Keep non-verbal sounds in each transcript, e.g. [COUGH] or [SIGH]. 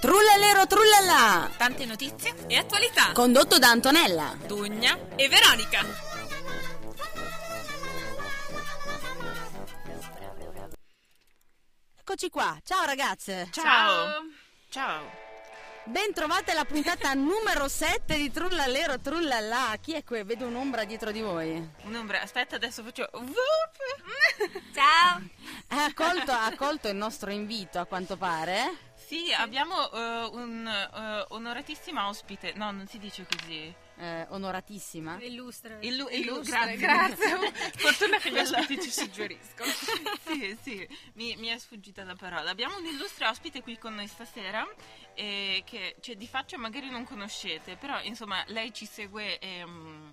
Trullalero trullallà! Tante notizie e attualità. Condotto da Antonella. Dugna e Veronica. Eccoci qua. Ciao ragazze. Ciao. Ciao. Bentrovate alla puntata [LAUGHS] numero 7 di Trullalero trullallà. Chi è qui? Vedo un'ombra dietro di voi. Un'ombra, aspetta, adesso faccio. [LAUGHS] Ciao. Ha accolto, ha accolto il nostro invito, a quanto pare. Sì, abbiamo eh, un eh, onoratissima ospite. No, non si dice così. Eh, onoratissima. Illustra. Illu- Illustra, illu- grazie. [LAUGHS] Fortuna che gli ospiti ci suggeriscono. [LAUGHS] sì, sì, mi, mi è sfuggita la parola. Abbiamo un illustre ospite qui con noi stasera eh, che cioè, di faccia magari non conoscete, però insomma lei ci segue ehm,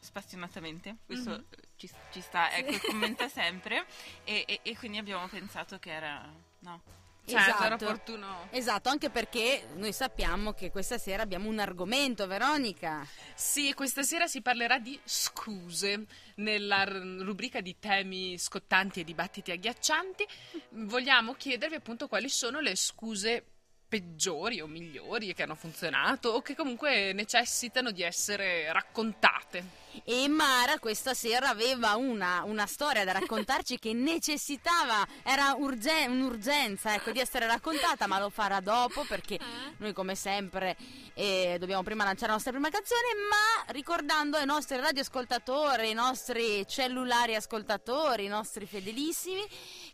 spassionatamente, questo Mhm. eh, ci, ci sta, ecco, commenta [LAUGHS] sempre e, e- e quindi abbiamo pensato che era... No. Cioè, Esatto. era opportuno. Esatto, anche perché noi sappiamo che questa sera abbiamo un argomento, Veronica. Sì, e questa sera si parlerà di scuse nella r- rubrica di temi scottanti e dibattiti agghiaccianti. Vogliamo chiedervi appunto quali sono le scuse peggiori o migliori che hanno funzionato o che comunque necessitano di essere raccontate. E Mara questa sera aveva una, una storia da raccontarci che necessitava, era urge- un'urgenza ecco, di essere raccontata, ma lo farà dopo perché noi come sempre eh, dobbiamo prima lanciare la nostra prima canzone, ma ricordando ai nostri radioascoltatori, ai nostri cellulari ascoltatori, i nostri fedelissimi,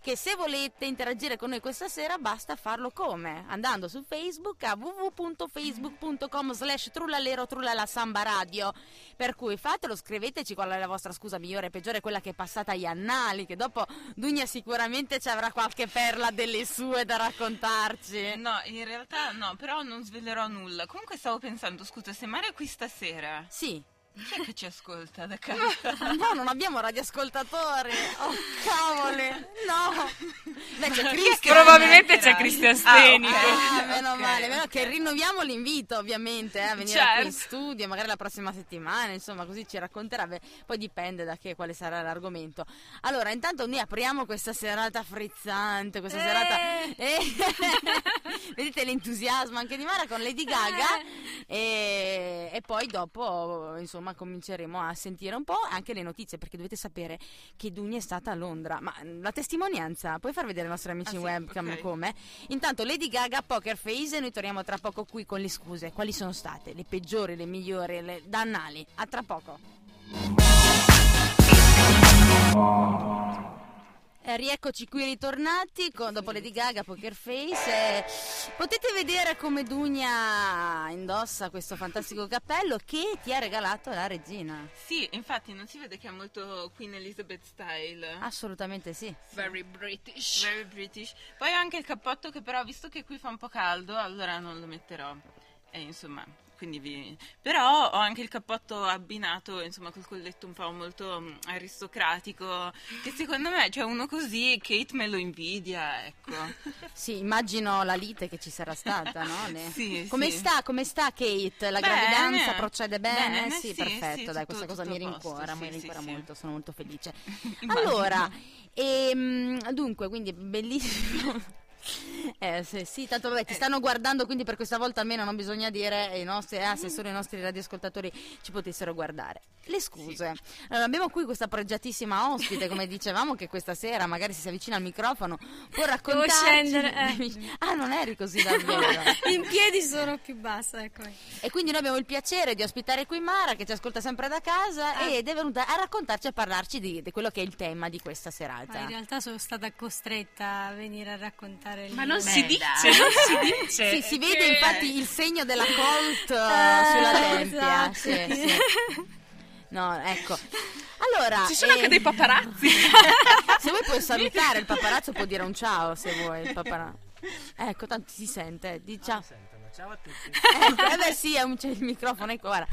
che se volete interagire con noi questa sera basta farlo come? Andando su Facebook a www.facebook.com slash trullalero trullala samba radio. Per cui fatelo, scriveteci qual è la vostra scusa migliore e peggiore, quella che è passata agli annali, che dopo Dugna sicuramente ci avrà qualche perla delle sue da Eh. raccontarci. No, in realtà no, però non svelerò nulla. Comunque stavo pensando, scusa, se Mara è qui stasera, Sì, chi è che ci ascolta da casa? no, non abbiamo radioascoltatori. Oh, cavoli, no. Beh, c'è Chi è che Cristian. Probabilmente mancherà? c'è Cristian Ah, ok. Stenico. Ah, Ok, meno male, ok. meno che rinnoviamo l'invito ovviamente eh, a venire qui in Certo. studio, magari la prossima settimana, insomma, così ci racconterà, Beh, poi dipende da che, quale sarà l'argomento. Allora, intanto noi apriamo questa serata frizzante, questa [LAUGHS] serata... Eh. [LAUGHS] Vedete l'entusiasmo anche di Mara con Lady Gaga Eh. e, e poi dopo insomma cominceremo a sentire un po' anche le notizie perché dovete sapere che Dugna è stata a Londra ma mh, la testimonianza puoi far vedere ai nostri amici Ah, in sì? webcam Ok. come intanto Lady Gaga Poker Face e noi torniamo tra poco qui con le scuse quali sono state le peggiori le migliori le dannali a tra poco Eh, rieccoci qui ritornati con, dopo Lady Gaga, Poker Face. eh, potete vedere come Dugna indossa questo fantastico cappello che ti ha regalato la regina. Sì, infatti non si vede che è molto Queen Elizabeth style. Ah, Assolutamente sì. Very British. Very British. Poi ho anche il cappotto che però, visto che qui fa un po' caldo, allora non lo metterò. E insomma, quindi vi... Però ho anche il cappotto abbinato, insomma, col colletto un po' molto mm, aristocratico, che secondo me, cioè uno così, Kate me lo invidia, ecco. Sì, immagino la lite che ci sarà stata, no? Le- [LAUGHS] Sì, come sì. sta? Come sta Kate? La Bene. gravidanza procede bene? Bene, sì, sì, perfetto, sì, dai, tutto- questa cosa tutto mi a posto, rincuora, mi sì, sì, rincuora sì. molto, sono molto felice. [LAUGHS] Immagino. Allora, ehm, dunque, quindi bellissimo. [LAUGHS] Eh, sì, sì, tanto vabbè, ti stanno guardando, quindi per questa volta almeno non bisogna dire ai nostri, ah, se solo i nostri radioascoltatori ci potessero guardare. Le scuse. Allora, abbiamo qui questa pregiatissima ospite, come dicevamo, che questa sera magari se si avvicina al microfono può raccontarci. [LAUGHS] scendere, Ah, non eri così davvero. [LAUGHS] In piedi sono più bassa, ecco. e quindi noi abbiamo il piacere di ospitare qui Mara, che ci ascolta sempre da casa, Ah. ed è venuta a raccontarci e a parlarci di, di quello che è il tema di questa Ma in serata. realtà sono stata costretta a venire a raccontare il Ma non mio- si [LAUGHS] Beh, dice, dai. non si dice. Sì, si vede Che- Ah, infatti il segno della [LAUGHS] Colt eh, Eh, sulla tempia. esatto. Sì, sì. No, ecco. Allora, Ci sono anche eh, dei paparazzi. [LAUGHS] se vuoi puoi salutare il paparazzo, può dire [LAUGHS] un ciao se vuoi. Il paparazzo. Ecco, tanto si sente. Di ciao. Ah, sentono, ciao a tutti. Ecco, [LAUGHS] eh beh sì, è un- c'è il microfono, ecco, guarda.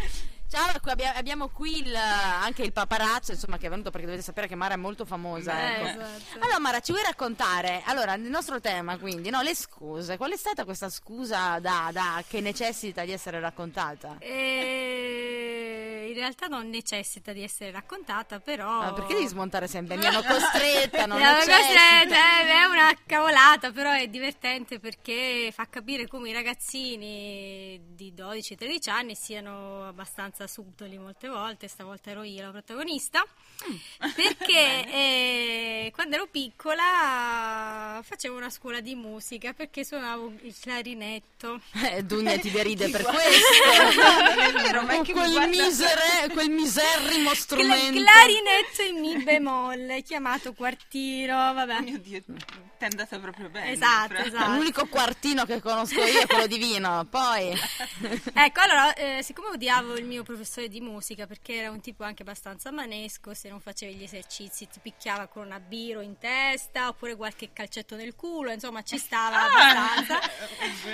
Ciao, qui abbia- abbiamo qui il, anche il paparazzo, insomma, che è venuto perché dovete sapere che Mara è molto famosa. Eh, ecco. esatto. Allora Mara, ci vuoi raccontare? Allora, il nostro tema quindi, no, le scuse. Qual è stata questa scusa da, da- che necessita di essere raccontata? E Eh, in realtà non necessita di essere raccontata, però... Ma Ah, perché devi smontare sempre? Mi hanno costretta, non Eh, ma necessita. questa è, cioè, è una cavolata, però è divertente perché fa capire come i ragazzini di 12-13 anni siano abbastanza subdoli molte volte, stavolta ero io la protagonista, Mm. [LAUGHS] perché eh, quando ero piccola facevo una scuola di musica perché suonavo il clarinetto. [LAUGHS] Eh, Dugna ti deride per guarda- [LAUGHS] questo. è vero, ma chi mi quel, guarda- misere- quel miserrimo Cla- strumento. clarinetto in mi bemolle, chiamato quartino, vabbè. Oh mio Dio, ti è andata proprio bene. Esatto, fra- [LAUGHS] esatto. L'unico quartino che conosco io è quello di vino. Poi, [LAUGHS] Ecco, allora, eh, siccome odiavo il mio professore di musica perché era un tipo anche abbastanza manesco, se non facevi gli esercizi ti picchiava con una biro in testa oppure qualche calcetto nel culo, insomma ci stava abbastanza.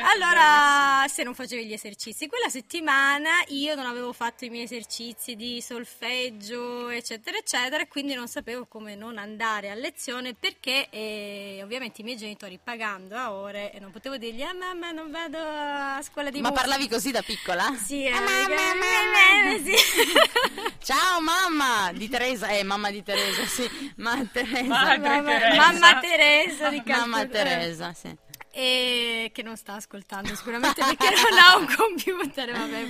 Allora, se non facevi gli esercizi, quella settimana io non avevo fatto i miei esercizi di solfeggio, eccetera, eccetera, e quindi non sapevo come non andare a lezione perché eh, ovviamente i miei genitori pagando a ore e non potevo dirgli "Ah mamma, non vado a scuola di ma musica". parlavi così da piccola? Sì, Ah, eh, mamma, perché- mamma. eh, [LAUGHS] sì. [LAUGHS] Ciao mamma di Teresa, eh mamma di Teresa, sì, ma Teresa. Madre Teresa. Mamma Teresa di Mamma Calcutta. Teresa, sì. Eh, che non sta ascoltando sicuramente perché non ha un computer, vabbè.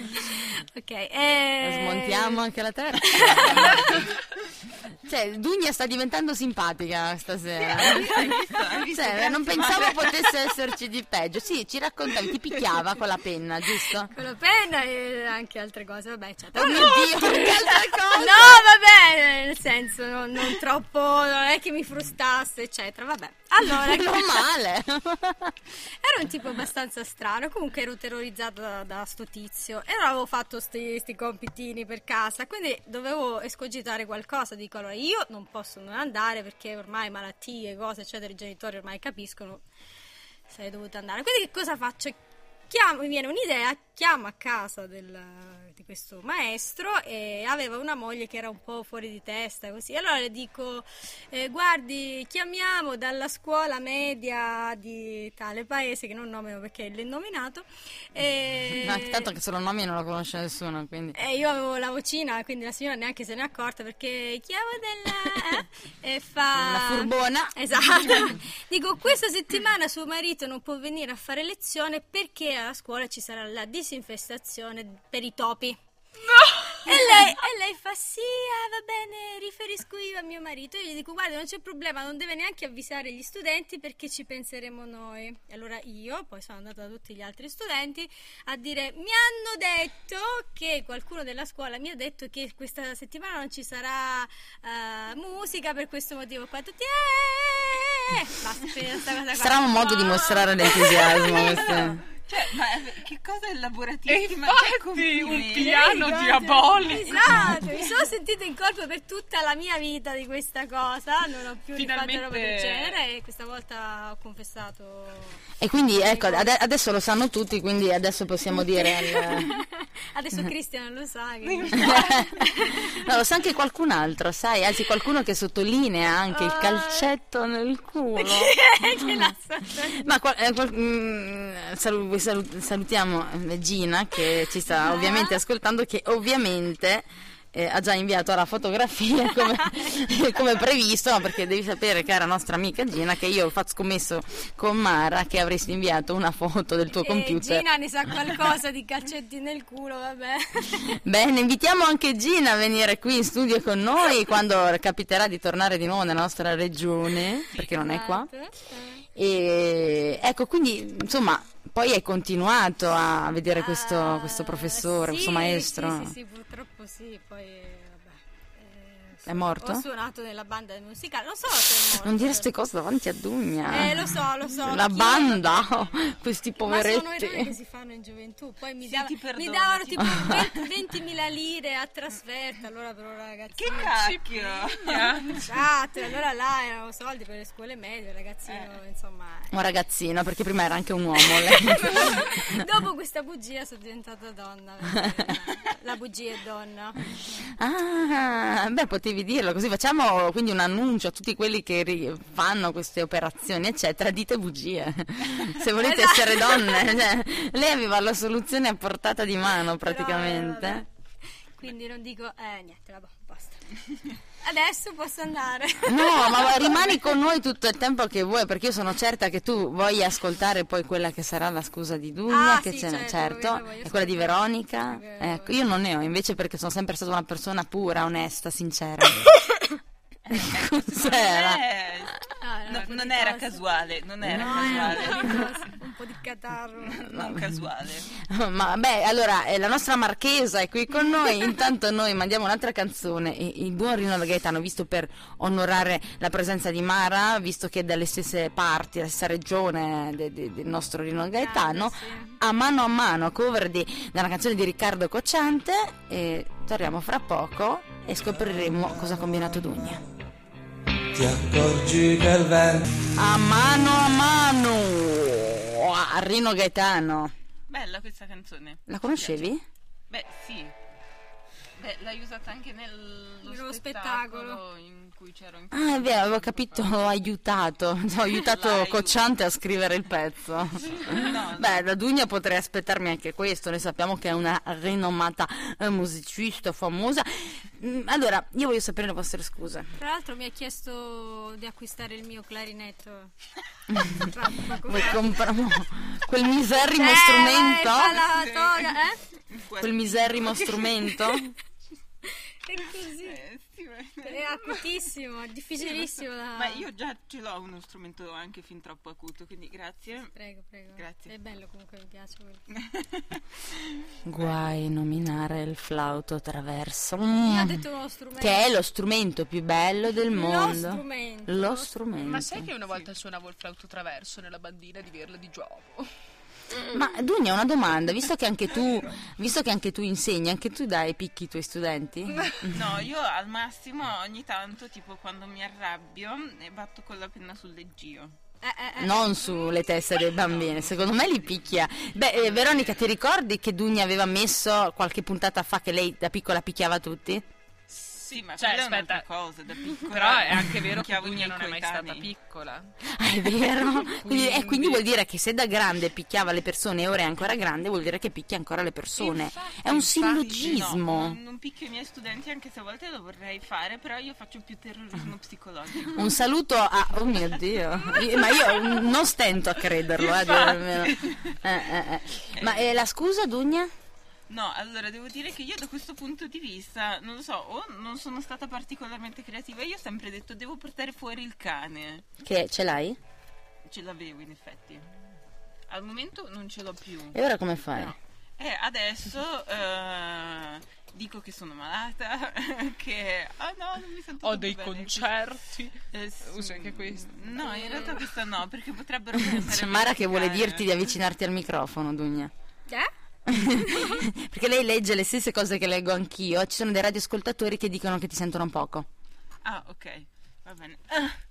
Ok. eh, Smontiamo anche la terra. cioè, Dugna sta diventando simpatica stasera. Cioè, non [LAUGHS] pensavo potesse esserci di peggio. Sì, ci raccontavi, ti picchiava con la penna, giusto? Con la penna e anche altre cose, vabbè, eccetera. Oh mio Dio, che altra cosa! No, vabbè, nel senso, non, non troppo, non è che mi frustasse, eccetera, vabbè. [LAUGHS] Allora, Non male. Era un tipo abbastanza strano, comunque ero terrorizzata da, da sto tizio e allora avevo fatto sti, sti compitini per casa, quindi dovevo escogitare qualcosa, dico allora io non posso non andare perché ormai malattie, cose, eccetera, i genitori ormai capiscono, sarei dovuta andare. Quindi che cosa faccio? Chiamo- mi viene un'idea, chiamo a casa del- di questo maestro e aveva una moglie che era un po' fuori di testa così. Allora le dico, eh, guardi, chiamiamo dalla scuola media di tale paese che non nomino perché l'ho nominato. E... [LAUGHS] No, tanto che solo nomi non lo conosce nessuno, quindi. E io avevo la vocina, quindi la signora neanche se n'è accorta perché chiamo della... eh, e fa... Una furbona. [LAUGHS] Esatto. Dico, questa settimana suo marito non può venire a fare lezione perché alla scuola ci sarà la disinfestazione per i topi. E lei, e lei fa sì, ah, va bene, riferisco io a mio marito. Io gli dico, guarda, non c'è problema, non deve neanche avvisare gli studenti perché ci penseremo noi. E allora io, poi sono andata da tutti gli altri studenti, a dire, mi hanno detto che qualcuno della scuola mi ha detto che questa settimana non ci sarà eh, musica per questo motivo qua. Tutti, eh! Basta, finita questa cosa qua. Sarà un modo di mostrare l'entusiasmo. questo. Cioè, ma che cosa E elaboratissima. cioè, infatti un complimenti. piano diabolico. Esatto, mi sono sentita in colpa per tutta la mia vita di questa cosa, non ho più rifatto Finalmente- roba del genere e questa volta ho confessato. E quindi ecco, ade- adesso lo sanno tutti, quindi adesso possiamo dire [LAUGHS] al- Adesso Cristian lo sa che [LAUGHS] No, lo sa anche qualcun altro, sai? Anzi, qualcuno che sottolinea anche il calcetto nel culo. che la sa. Ma qual- eh, qual- mm, salu- salu- salutiamo eh, Gina che ci sta ovviamente ascoltando, che ovviamente eh, ha già inviato la fotografia come, [LAUGHS] come previsto, no? perché devi sapere, cara nostra amica Gina, che io ho fatto scommesso con Mara che avresti inviato una foto del tuo E computer. Eh, Gina ne sa qualcosa di calcetti nel culo, vabbè. Bene, invitiamo anche Gina a venire qui in studio con noi quando capiterà di tornare di nuovo nella nostra regione, perché non è qua. Eh. E ecco, quindi insomma, poi hai continuato a vedere questo, Ah, questo professore, sì, questo maestro. Sì, sì, sì, purtroppo sì, poi eh, vabbè. eh, È morto? Ho suonato nella banda musicale, non so se è morto. Non dire queste cose davanti a Dugna. Eh, lo so, lo so. La chi- banda, [LAUGHS] questi Ma sono errori che poveretti. si fanno in gioventù. Poi mi, Sì, dava- ti perdono, mi davano ti [LAUGHS] tipo 20 20.000 lire a trasferta. Allora, però, ragazzi. Che cacchio. Esatto, allora là erano soldi per le scuole medie, ragazzino, Eh. insomma. Un ragazzino, perché prima era anche un [LAUGHS] uomo. lei. Dopo questa bugia sono diventata donna. perché La bugia è donna. Ah, beh, potevi dirlo così. Facciamo quindi un annuncio a tutti quelli che ri- fanno queste operazioni, eccetera. Dite bugie. Se volete Esatto. essere donne, cioè, lei aveva la soluzione a portata di mano Però, eh, praticamente. vabbè. Quindi non dico, eh, niente, vabbè, basta. Adesso posso andare. No, ma rimani con noi tutto il tempo che vuoi, perché io sono certa che tu voglia ascoltare poi quella che sarà la scusa di Dugna, Ah, che sì, ce n'è, certo, certo, io voglio e quella di ascoltare. Veronica. Sì, che- Ecco, io non ne ho invece perché sono sempre stata una persona pura, onesta, sincera. [COUGHS] Cos'era? Eh, [LAUGHS] Ah, no, un po' non di era cose. casuale, non era No, è casuale. un po' di cose, un po' di catarro. Non casuale. Ma beh, allora eh, la nostra marchesa è qui con noi. Intanto noi mandiamo un'altra canzone. E- il buon Rino Gaetano, visto per onorare la presenza di Mara, visto che è dalle stesse parti, la stessa regione de- de- del nostro Rino Gaetano, Grande, a mano a mano, cover di, della canzone di Riccardo Cocciante. E torniamo fra poco e scopriremo cosa ha combinato Dugna. Ti accorgi che il vento A mano a mano, a Rino Gaetano. Bella questa canzone. La conoscevi? Beh, sì. Beh, l'hai usata anche nello Nello spettacolo in cui c'ero in Ah, è vero, avevo capito, ho aiutato, [LAUGHS] ho aiutato L'aiuto. Cocciante a scrivere il pezzo. Beh, da Dugna potrei aspettarmi anche questo, noi sappiamo che è una rinomata eh, musicista famosa. Mm, Allora, io voglio sapere le vostre scuse. Tra l'altro mi ha chiesto di acquistare il [LAUGHS] mio clarinetto. [LAUGHS] Vuoi compriamo quel miserrimo Eh, strumento? vai, fa la toga, eh? Quel miserrimo strumento? È [LAUGHS] così. Eh, sì, ma- È acutissimo, è difficilissimo da... Ma io già ce l'ho uno strumento anche fin troppo acuto, quindi grazie. Prego, prego. Grazie. È bello comunque, mi piace quello. Guai, nominare il flauto traverso. Io Mm, ho detto uno strumento. Che è lo strumento più bello del mondo. strumento. Lo strumento. Ma sai che una volta suonavo il flauto traverso nella bandina di Verla di Giovo? Ma Dunia, una domanda, visto che anche tu, visto che anche tu insegni, anche tu dai picchi ai tuoi studenti? No, io al massimo ogni tanto, tipo quando mi arrabbio, ne batto con la penna sul leggio. Eh, eh, eh. Non sulle teste dei bambini, secondo me li picchia. Beh, eh, Veronica, ti ricordi che Dunia aveva messo qualche puntata fa che lei da piccola picchiava tutti? Sì, ma Cioè, quella è aspetta. un'altra cosa da piccola. Però è anche vero che Picchiavo i Dugna miei non è mai stata coetanei. piccola. Ah, è [LAUGHS] vero? Quindi, eh, quindi Quindi. vuol dire che se da grande picchiava le persone e ora è ancora grande, vuol dire che picchia ancora le persone. Infatti, è un infatti, sillogismo. No, non picchio i miei studenti anche se a volte lo vorrei fare, però io faccio più [LAUGHS] terrorismo psicologico. Un saluto a. Oh mio dio, Io- ma io non stento a crederlo. eh, devo- [LAUGHS] eh, eh, eh. Ma eh, la scusa, Dugna? No, allora devo dire che io da questo punto di vista, non lo so, o non sono stata particolarmente creativa, io ho sempre detto devo portare fuori il cane. Che ce l'hai? Ce l'avevo in effetti. Al momento non ce l'ho più. E ora come fai? E adesso eh, dico che sono malata, [LAUGHS] che... Oh no, non mi sento Ho tanto dei bene. concerti. Eh, sì. Uso anche questo. No, in realtà questa no, perché [LAUGHS] potrebbero... pensare C'è Cioè, Mara a che vuole giocare. dirti di avvicinarti al microfono, Dugna. Eh? Perché lei legge le stesse cose che leggo anch'io. Ci sono dei radioascoltatori che dicono che ti sentono un poco. Ah, ok, va bene. [LAUGHS]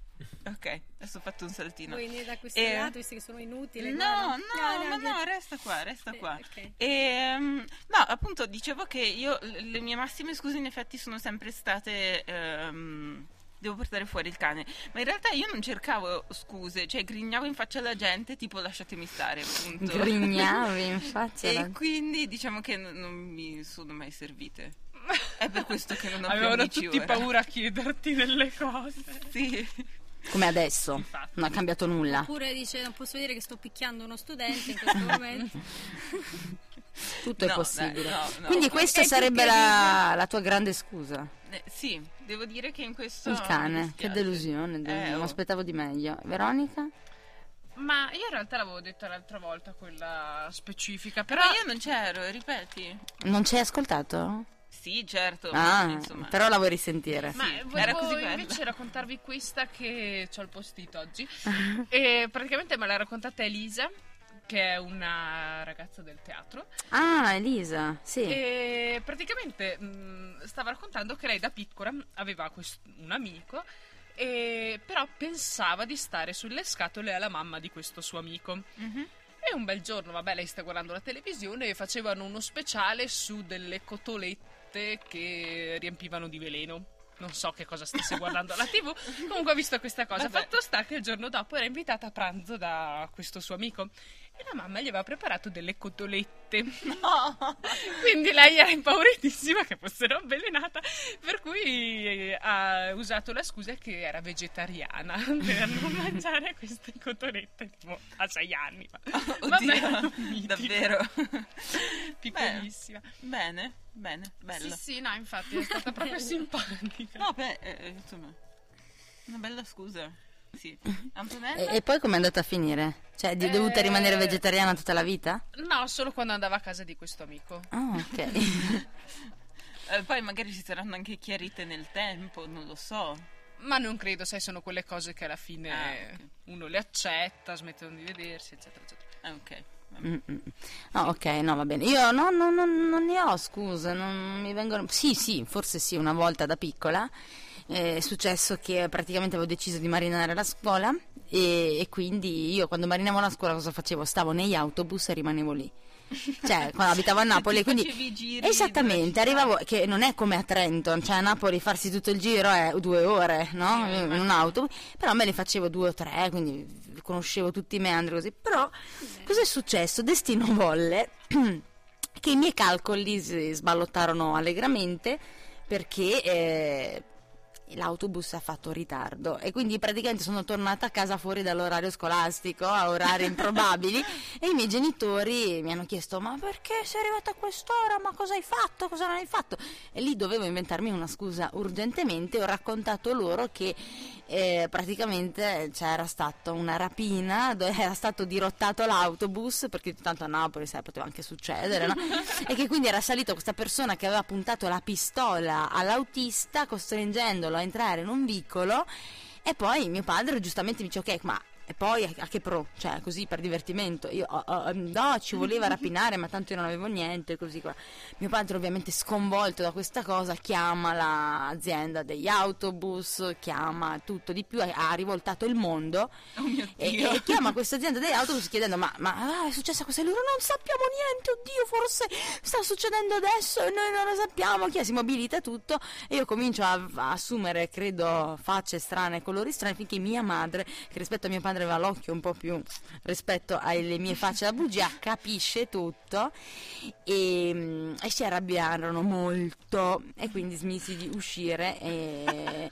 Ah, ok, adesso ho fatto un saltino. Vuoi venire da questo Eh. lato, visto che sono inutile? No, guarda. no, no, neanche- no, resta qua, resta Eh, qua. ok. Ehm, no, appunto, dicevo che io l- le mie massime scuse in effetti sono sempre state ehm, devo portare fuori il cane, ma in realtà io non cercavo scuse, cioè grignavo in faccia alla gente tipo lasciatemi stare, appunto. Grignavi, infatti. [LAUGHS] e quindi diciamo che n- non mi sono mai servite. È per questo che non ho più Avevano amici tutti ora. paura a chiederti delle cose. Sì. Come adesso. Infatti. Non ha cambiato nulla. Oppure dice, non posso dire che sto picchiando uno studente [LAUGHS] in questo momento. Tutto è No, dai, possibile. no, no. Quindi questa È più sarebbe la, la tua grande scusa. Eh, sì, devo dire che in questo il cane. mi Che dispiace. delusione. Eh, Non oh. aspettavo di meglio. Veronica? Ma io in realtà l'avevo detta l'altra volta, quella specifica. Però Però io non c'ero, ripeti. Non ci hai ascoltato? Sì, certo. ah, insomma. però la vuoi risentire. Ma Sì, volevo era così bella. invece raccontarvi questa che ho il [LAUGHS] post-it oggi. e praticamente me l'ha raccontata Elisa, che è una ragazza del teatro. Ah, Elisa, sì. E praticamente mh, stava raccontando che lei da piccola aveva quest- un amico, e però pensava di stare sulle scatole alla mamma di questo suo amico. Mhm. E un bel giorno, vabbè, lei sta guardando la televisione e facevano uno speciale su delle cotolette che riempivano di veleno. Non so che cosa stesse guardando alla TV, comunque ha visto questa cosa. Vabbè. Fatto sta che il giorno dopo era invitata a pranzo da questo suo amico. e la mamma gli aveva preparato delle cotolette. [LAUGHS] No. Quindi lei era impauritissima che fossero avvelenata, per cui eh, ha usato la scusa che era vegetariana [LAUGHS] per non mangiare queste cotolette tipo, a sei anni. Ma, [LAUGHS] [LAUGHS] Oddio, mitico, davvero. Piccolissima. Bene, bene, bello. Sì, sì, no, infatti è [LAUGHS] stata proprio simpatica. No, beh, eh, insomma, una bella scusa. Sì. Antonella? E, e poi com'è andata a finire? Cioè, di dovuta Eh. rimanere vegetariana tutta la vita? No, solo quando andava a casa di questo amico. Ah, [LAUGHS] ok. Eh, poi magari ci saranno anche chiarite nel tempo, non lo so. Ma non credo, sai, sono quelle cose che alla fine Ah, ok. uno le accetta, smettono di vedersi, eccetera, eccetera. Ah, ok. Mm, mm. No, ok, no, va bene. Io no, no, no, non ne ho scuse, non mi vengono. Sì, sì, forse sì, una volta da piccola eh, è successo che praticamente avevo deciso di marinare la scuola e, e quindi io quando marinavo la scuola cosa facevo? Stavo negli autobus e rimanevo lì. [LAUGHS] Cioè, quando abitavo a Napoli, Ti quindi facevi i giri della esattamente, città. arrivavo che non è come a Trento, cioè a Napoli farsi tutto il giro è due ore, no? In un autobus, però me ne facevo due o tre, quindi conoscevo tutti i meandri così. Però Cos'è successo? Destino volle [CLEARS THROAT] che i miei calcoli si sballottarono allegramente perché eh, l'autobus ha fatto ritardo e quindi praticamente sono tornata a casa fuori dall'orario scolastico a orari improbabili e i miei genitori mi hanno chiesto ma perché sei arrivata a quest'ora? Ma cosa hai fatto? Cosa non hai fatto? E lì dovevo inventarmi una scusa urgentemente, ho raccontato loro che eh, praticamente c'era stata una rapina, dove [LAUGHS] era stato dirottato l'autobus, perché tanto a Napoli sai, poteva anche succedere, no? e che quindi era salita questa persona che aveva puntato la pistola all'autista, costringendolo a entrare in un vicolo, e poi mio padre giustamente mi dice ok, ma... E poi a- a che pro? Cioè, così per divertimento. Io, "Oh, oh, no, ci voleva rapinare, ma tanto io non avevo niente, così qua. Mio padre ovviamente sconvolto da questa cosa chiama l'azienda degli autobus, chiama tutto di più, ha rivoltato il mondo Oh mio e, Dio. e chiama questa azienda degli autobus chiedendo ma, ma, ah, è successa questa cosa E loro non sappiamo niente, oddio forse sta succedendo adesso e noi non lo sappiamo, chi è? si mobilita tutto e io comincio a, a assumere credo facce strane, colori strani finché mia madre, che rispetto a mio padre aveva l'occhio un po' più rispetto alle mie facce da bugia, capisce tutto e, mm, e si arrabbiarono molto e quindi smisi di uscire e,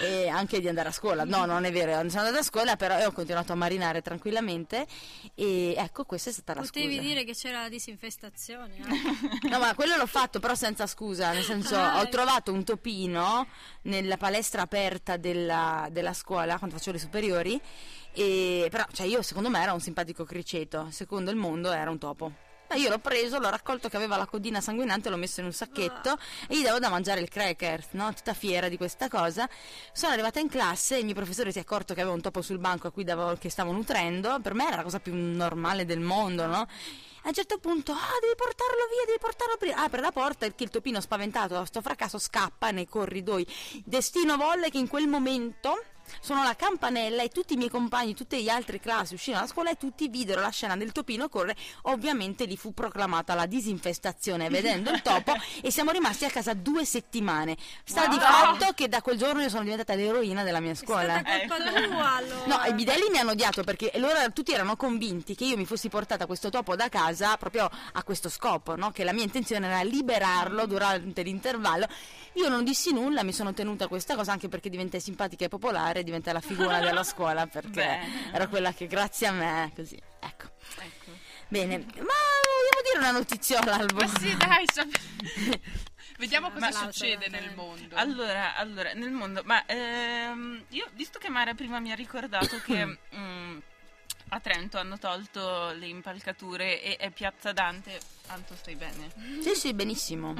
e anche di andare a scuola. No, non è vero, non sono andata a scuola, però io ho continuato a marinare tranquillamente e ecco, questa è stata la Potevi scusa. dire che c'era la [LAUGHS] disinfestazione. eh? No, ma quello l'ho fatto però senza scusa, nel senso Ah, ho ecco. trovato un topino nella palestra aperta della, della scuola quando facevo le superiori e però cioè io secondo me era un simpatico criceto, secondo il mondo era un topo. Ma io l'ho preso, l'ho raccolto che aveva la codina sanguinante, l'ho messo in un sacchetto e gli davo da mangiare il cracker, no? Tutta fiera di questa cosa. Sono arrivata in classe e il mio professore si è accorto che avevo un topo sul banco a cui davo- che stavo nutrendo. Per me era la cosa più normale del mondo, no? A un certo punto, ah, devi portarlo via, devi portarlo via. Apre la porta e il topino spaventato da sto fracasso scappa nei corridoi. Destino volle che in quel momento suonò la campanella e tutti i miei compagni, tutte le altre classi uscirono dalla scuola e tutti videro la scena del topino correre. Ovviamente lì fu proclamata la [LAUGHS] disinfestazione vedendo il topo e siamo rimasti a casa due settimane. Sta di Wow. fatto che da quel giorno io sono diventata l'eroina della mia scuola. È stata colpa Ecco. tua allora. No, i bidelli mi hanno odiato perché loro tutti erano convinti che io mi fossi portata questo topo da casa proprio a questo scopo, no? che la mia intenzione era liberarlo durante l'intervallo. Io non dissi nulla, mi sono tenuta questa cosa anche perché diventai simpatica e popolare, e diventai la figura [LAUGHS] della scuola perché Bene. era quella che grazie a me, così, ecco. Ecco. Bene, ma vogliamo dire una notiziola al Ma Boh. volo? [LAUGHS] sì, dai, [LAUGHS] sap- vediamo cosa applauso, succede va bene. nel mondo. Allora, allora, nel mondo, ma ehm, io, visto che Mara prima mi ha ricordato che mm, a Trento hanno tolto le impalcature e è Piazza Dante, Anto stai bene? Sì, sì, [LAUGHS] benissimo.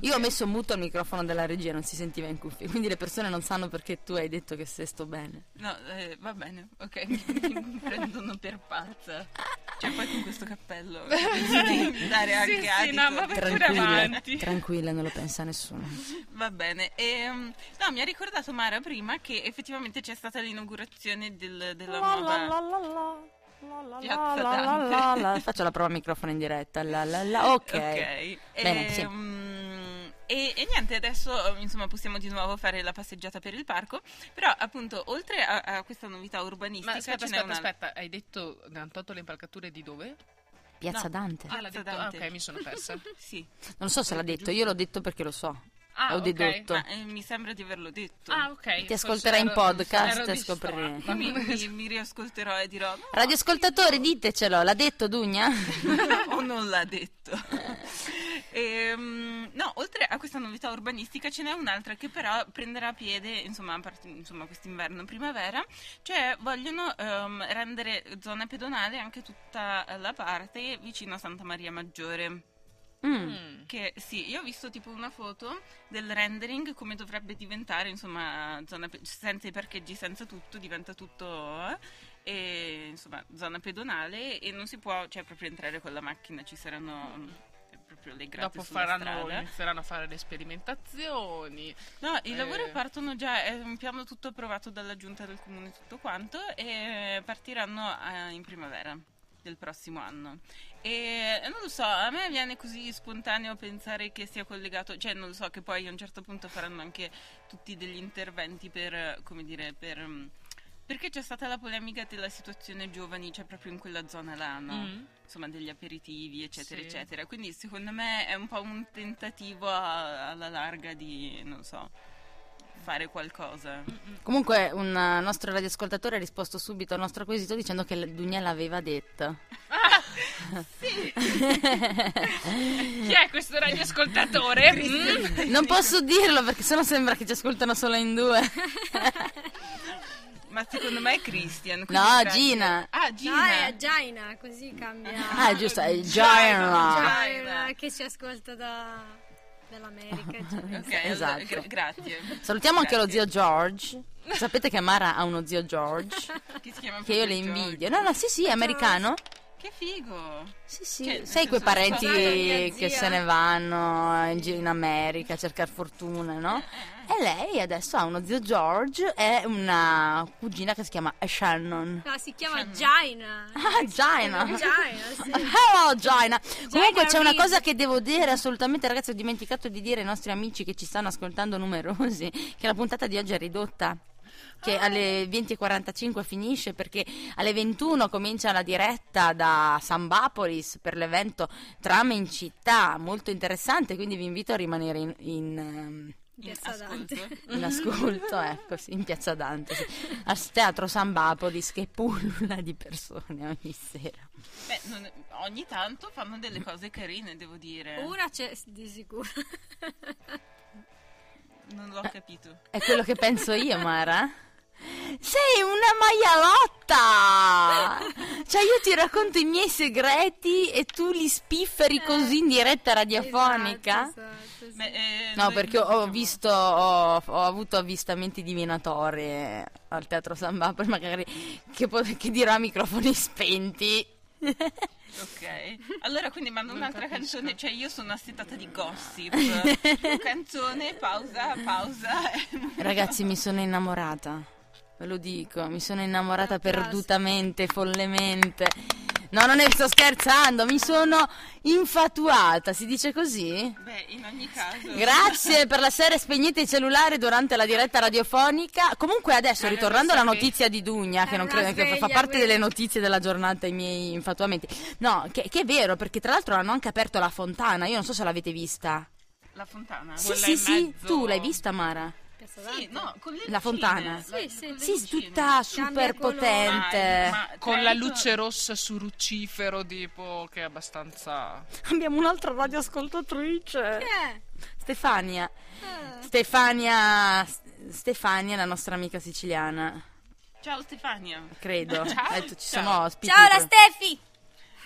Io ho messo muto il microfono della regia, non si sentiva in cuffie, quindi le persone non sanno perché tu hai detto che se sto bene. No, eh, va bene, ok, [LAUGHS] mi, mi prendono per pazza. Cioè poi con questo [LAUGHS] cappello penso di dare Sì, anche sì, adito. no, ma vai pure Tranquilla, avanti. tranquilla, non lo pensa nessuno. Va bene, ehm, no, mi ha ricordato Mara prima che effettivamente c'è stata l'inaugurazione del- della nuova... Piazza Dante. Eh, Faccio la prova al microfono in diretta. la la la. Ok. Ok. Bene, sì. Ehm, E, e niente, adesso eh, insomma possiamo di nuovo fare la passeggiata per il parco, però appunto oltre a, a questa novità urbanistica Ma aspetta, ce n'è aspetta, una... aspetta, hai detto hanno tolto le impalcature di dove? Piazza No. Dante. Ah, l'ha Piazza detto. ah, Dante. ok, mi sono [LAUGHS] persa. [LAUGHS] Sì, Non so se l'ha detto, io l'ho detto perché lo so. Ah, Ho ok. dedotto. ma eh, mi sembra di averlo detto. Ah, ok. Ti forse ascolterai in ero- podcast ero e scoprirai. [LAUGHS] distratta. Mi, mi- mi riascolterò e dirò... no, Radioascoltatori, ditecelo, l'ha detto Dugna? [LAUGHS] o non l'ha detto. Ehm, no, oltre a questa novità urbanistica ce n'è un'altra che però prenderà piede, insomma, a part- insomma quest'inverno, primavera, cioè vogliono ehm, rendere zona pedonale anche tutta la parte vicino a Santa Maria Maggiore. Mm. Mm. Che sì, io ho visto tipo una foto del rendering come dovrebbe diventare, insomma, zona pe- senza i parcheggi, senza tutto, diventa tutto eh, e, insomma, zona pedonale e non si può, cioè proprio entrare con la macchina, ci saranno mm, proprio le grate Dopo sulla faranno, strada. inizieranno a fare le sperimentazioni. No, i Eh. lavori partono già, è un piano tutto approvato dalla giunta del comune tutto quanto e partiranno eh, in primavera del prossimo anno. E eh, non lo so, a me viene così spontaneo pensare che sia collegato, cioè non lo so che poi a un certo punto faranno anche tutti degli interventi per, eh, come dire, per mm, perché c'è stata la polemica della situazione giovani, cioè proprio in quella zona là, no? Mm. insomma degli aperitivi eccetera Sì. eccetera quindi secondo me è un po' un tentativo a- alla larga di non so fare qualcosa Comunque un eh, nostro radioascoltatore ha risposto subito al nostro quesito dicendo che l- Dugna l'aveva detto. Ah, [LAUGHS] Chi è questo radioascoltatore? Mm? Non posso dirlo perché sennò sembra che ci ascoltano solo in due. ma secondo me è Christian quindi No, Frank- Gina. ah No, Gina è Gina, così cambia. [LAUGHS] Ah, giusto, è Genre. Gina, che ci ascolta da, [LAUGHS] dall'America. eccetera. ok allora, Esatto. gra- grazie Salutiamo anche lo Grazie. zio George. Sapete che Mara ha uno zio [LAUGHS] George che si chiama che io le proprio George. invidio. No, no, sì, sì, è americano. che figo Sì, sì, Cioè, nel sai quei senso, parenti guarda mia che zia. se ne vanno in, gi- in America a cercare fortuna, no? E lei adesso ha uno zio George e una cugina che si chiama Shannon. No, si chiama Gina. [LAUGHS] Ah, Gina. Gina, sì. [LAUGHS] Hello Gina. Comunque c'è una Reed. cosa che devo dire assolutamente, ragazzi, ho dimenticato di dire ai nostri amici che ci stanno ascoltando numerosi che la puntata di oggi è ridotta. Che alle 20.45 finisce perché alle 21 comincia la diretta da Sambapolis per l'evento Trame in città, molto interessante. Quindi vi invito a rimanere in, in, ehm, Piazza Ascolto. Dante. in ascolto, ecco, sì, in piazza Dante, sì, al teatro Sambapolis che pullula di persone ogni sera. Beh, non- ogni tanto fanno delle cose carine devo dire Uh, Una c'è di sicuro. non l'ho capito È quello che penso io, Mara. Sei una maialotta! Cioè, io ti racconto i miei segreti e tu li spifferi così in diretta radiofonica. Esatto, esatto, sì. Beh, eh, No, noi perché ho diciamo- visto, ho, ho avuto avvistamenti divinatori al teatro San Bapo, magari che, po- che dirò a microfoni spenti. Ok, allora quindi mando un'altra capisco. canzone, cioè io sono assetata [LAUGHS] di gossip. canzone, pausa, pausa. [LAUGHS] Ragazzi, mi sono innamorata, ve lo dico, mi sono innamorata Applausi. perdutamente, follemente. No, non ne sto scherzando, mi sono infatuata, si dice così? Beh, in ogni caso... Grazie per la serie Spegnete il cellulare durante la diretta radiofonica. Comunque adesso, ritornando alla notizia di Dugna, che, non Eh, È credo, una che fa sveglia parte delle quella. notizie della giornata, i miei infatuamenti. No, che, che è vero, perché tra l'altro hanno anche aperto la fontana, io non so se l'avete vista. La fontana? Sì, Quella sì, in sì, mezzo. tu l'hai vista Mara? Piazza Dante. Sì, no, con le La lucine, fontana? la- Sì, sì. con le Sì, lucine. tutta Cambia super colore. potente. Ma- ma Con la certo- luce rossa su Lucifero, tipo, che è abbastanza... Abbiamo un'altra radioascoltatrice. Eh, Stefania. eh. Stefania. Stefania, la nostra amica siciliana, Ciao Stefania. credo. Ciao, Ha detto, ci ciao. sono ospiti. Ciao la Steffi!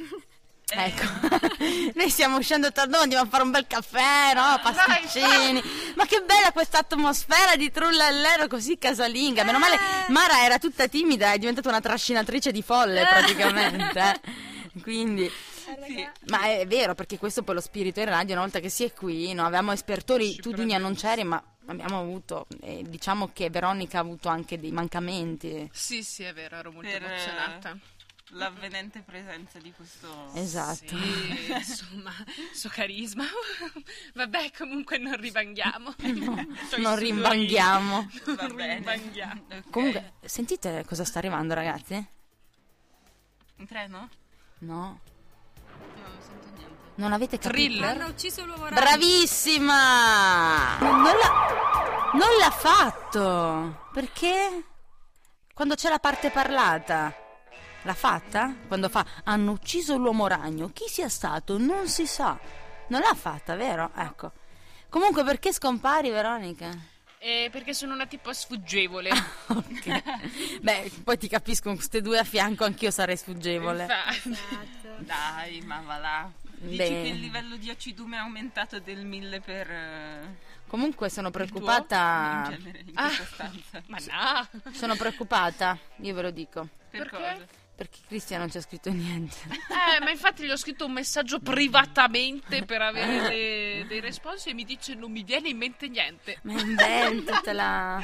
Eh, Ecco, [LAUGHS] noi stiamo uscendo tra noi, andiamo a fare un bel caffè, no? Pasticcini. Ma che bella questa atmosfera di trullallero così casalinga. Meno male, Eh. Mara era tutta timida, è diventata una trascinatrice di folle [LAUGHS] praticamente. eh. Quindi, Sì. ma è vero perché questo poi lo spirito in radio, una volta che si è qui, no? avevamo espertori, Ci tu prende. Dugna non c'eri, ma abbiamo avuto, eh, diciamo che Veronica ha avuto anche dei mancamenti. Sì, sì, è vero, ero molto Per, eh, emozionata. l'avvenente presenza di questo... Esatto. Sì, insomma, suo carisma. [LAUGHS] Vabbè, comunque non [LAUGHS] rivanghiamo. Sto non in [LAUGHS] rimbanghiamo. sudorino. Va Non bene. rimbanghiamo. Ok. Comunque, sentite cosa sta arrivando, ragazzi? In treno? No, Io non sento niente. non avete capito. Thriller? Hanno ucciso l'uomo ragno. Bravissima! Non l'ha, non l'ha fatto! Perché? Quando c'è la parte parlata. L'ha fatta? Quando fa hanno ucciso l'uomo ragno. Chi sia stato? Non si sa. Non l'ha fatta, vero? Ecco. Comunque perché scompari Veronica? Eh, perché sono una tipo sfuggevole. [LAUGHS] Ok. Beh, poi ti capisco con queste due a fianco, anch'io sarei sfuggevole. Infatti. Esatto. Dai, ma va là. Dici Beh. che il livello di acidume è aumentato del 1000 per... eh, Comunque sono preoccupata. In genere, in Ah. questa [LAUGHS] stanza. [LAUGHS] Ma no. Sono preoccupata, io ve lo dico. Per Perché? cosa? Perché Cristian non ci ha scritto niente. Eh, ma infatti gli ho scritto un messaggio privatamente per avere de- dei responsi e mi dice non mi viene in mente niente. Ma inventatela.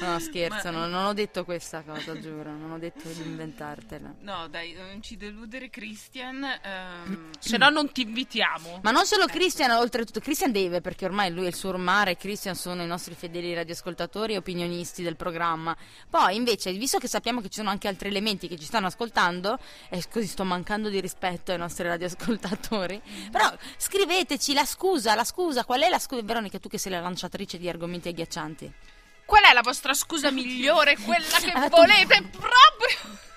No, scherzo, Ma- no, non ho detto questa cosa, giuro. Non ho detto di inventartela. No, dai, non ci deludere Christian. ehm, Se no non ti invitiamo. Ma non solo Christian, oltretutto, Christian deve perché ormai lui e il suo ormare, Christian sono i nostri fedeli radioascoltatori e opinionisti del programma. Poi invece, visto che sappiamo che ci sono anche altri elementi che ci stanno ascoltando, e così sto mancando di rispetto ai nostri radioascoltatori, però scriveteci la scusa, la scusa, qual è la scusa? Veronica, tu che sei la lanciatrice di argomenti agghiaccianti. Qual è la vostra scusa migliore? [LAUGHS] Quella Ah, che tu- volete proprio. dirci?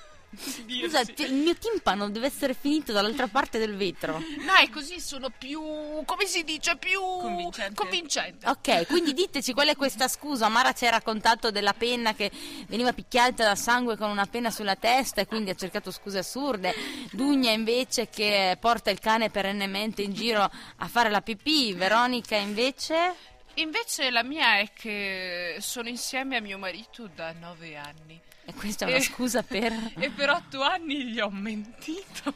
Scusa, ti- il mio timpano deve essere finito dall'altra parte del vetro. No, è così sono più, come si dice, più Convincente. convincente. Ok, quindi diteci qual è questa scusa. Mara ci ha raccontato della penna che veniva picchiata da sangue con una penna sulla testa e quindi ha cercato scuse assurde. Dugna invece che porta il cane perennemente in giro a fare la pipì. Veronica invece... Invece la mia è che sono insieme a mio marito da nove anni. E questa è una Eh. scusa per... [LAUGHS] e per otto anni gli ho mentito.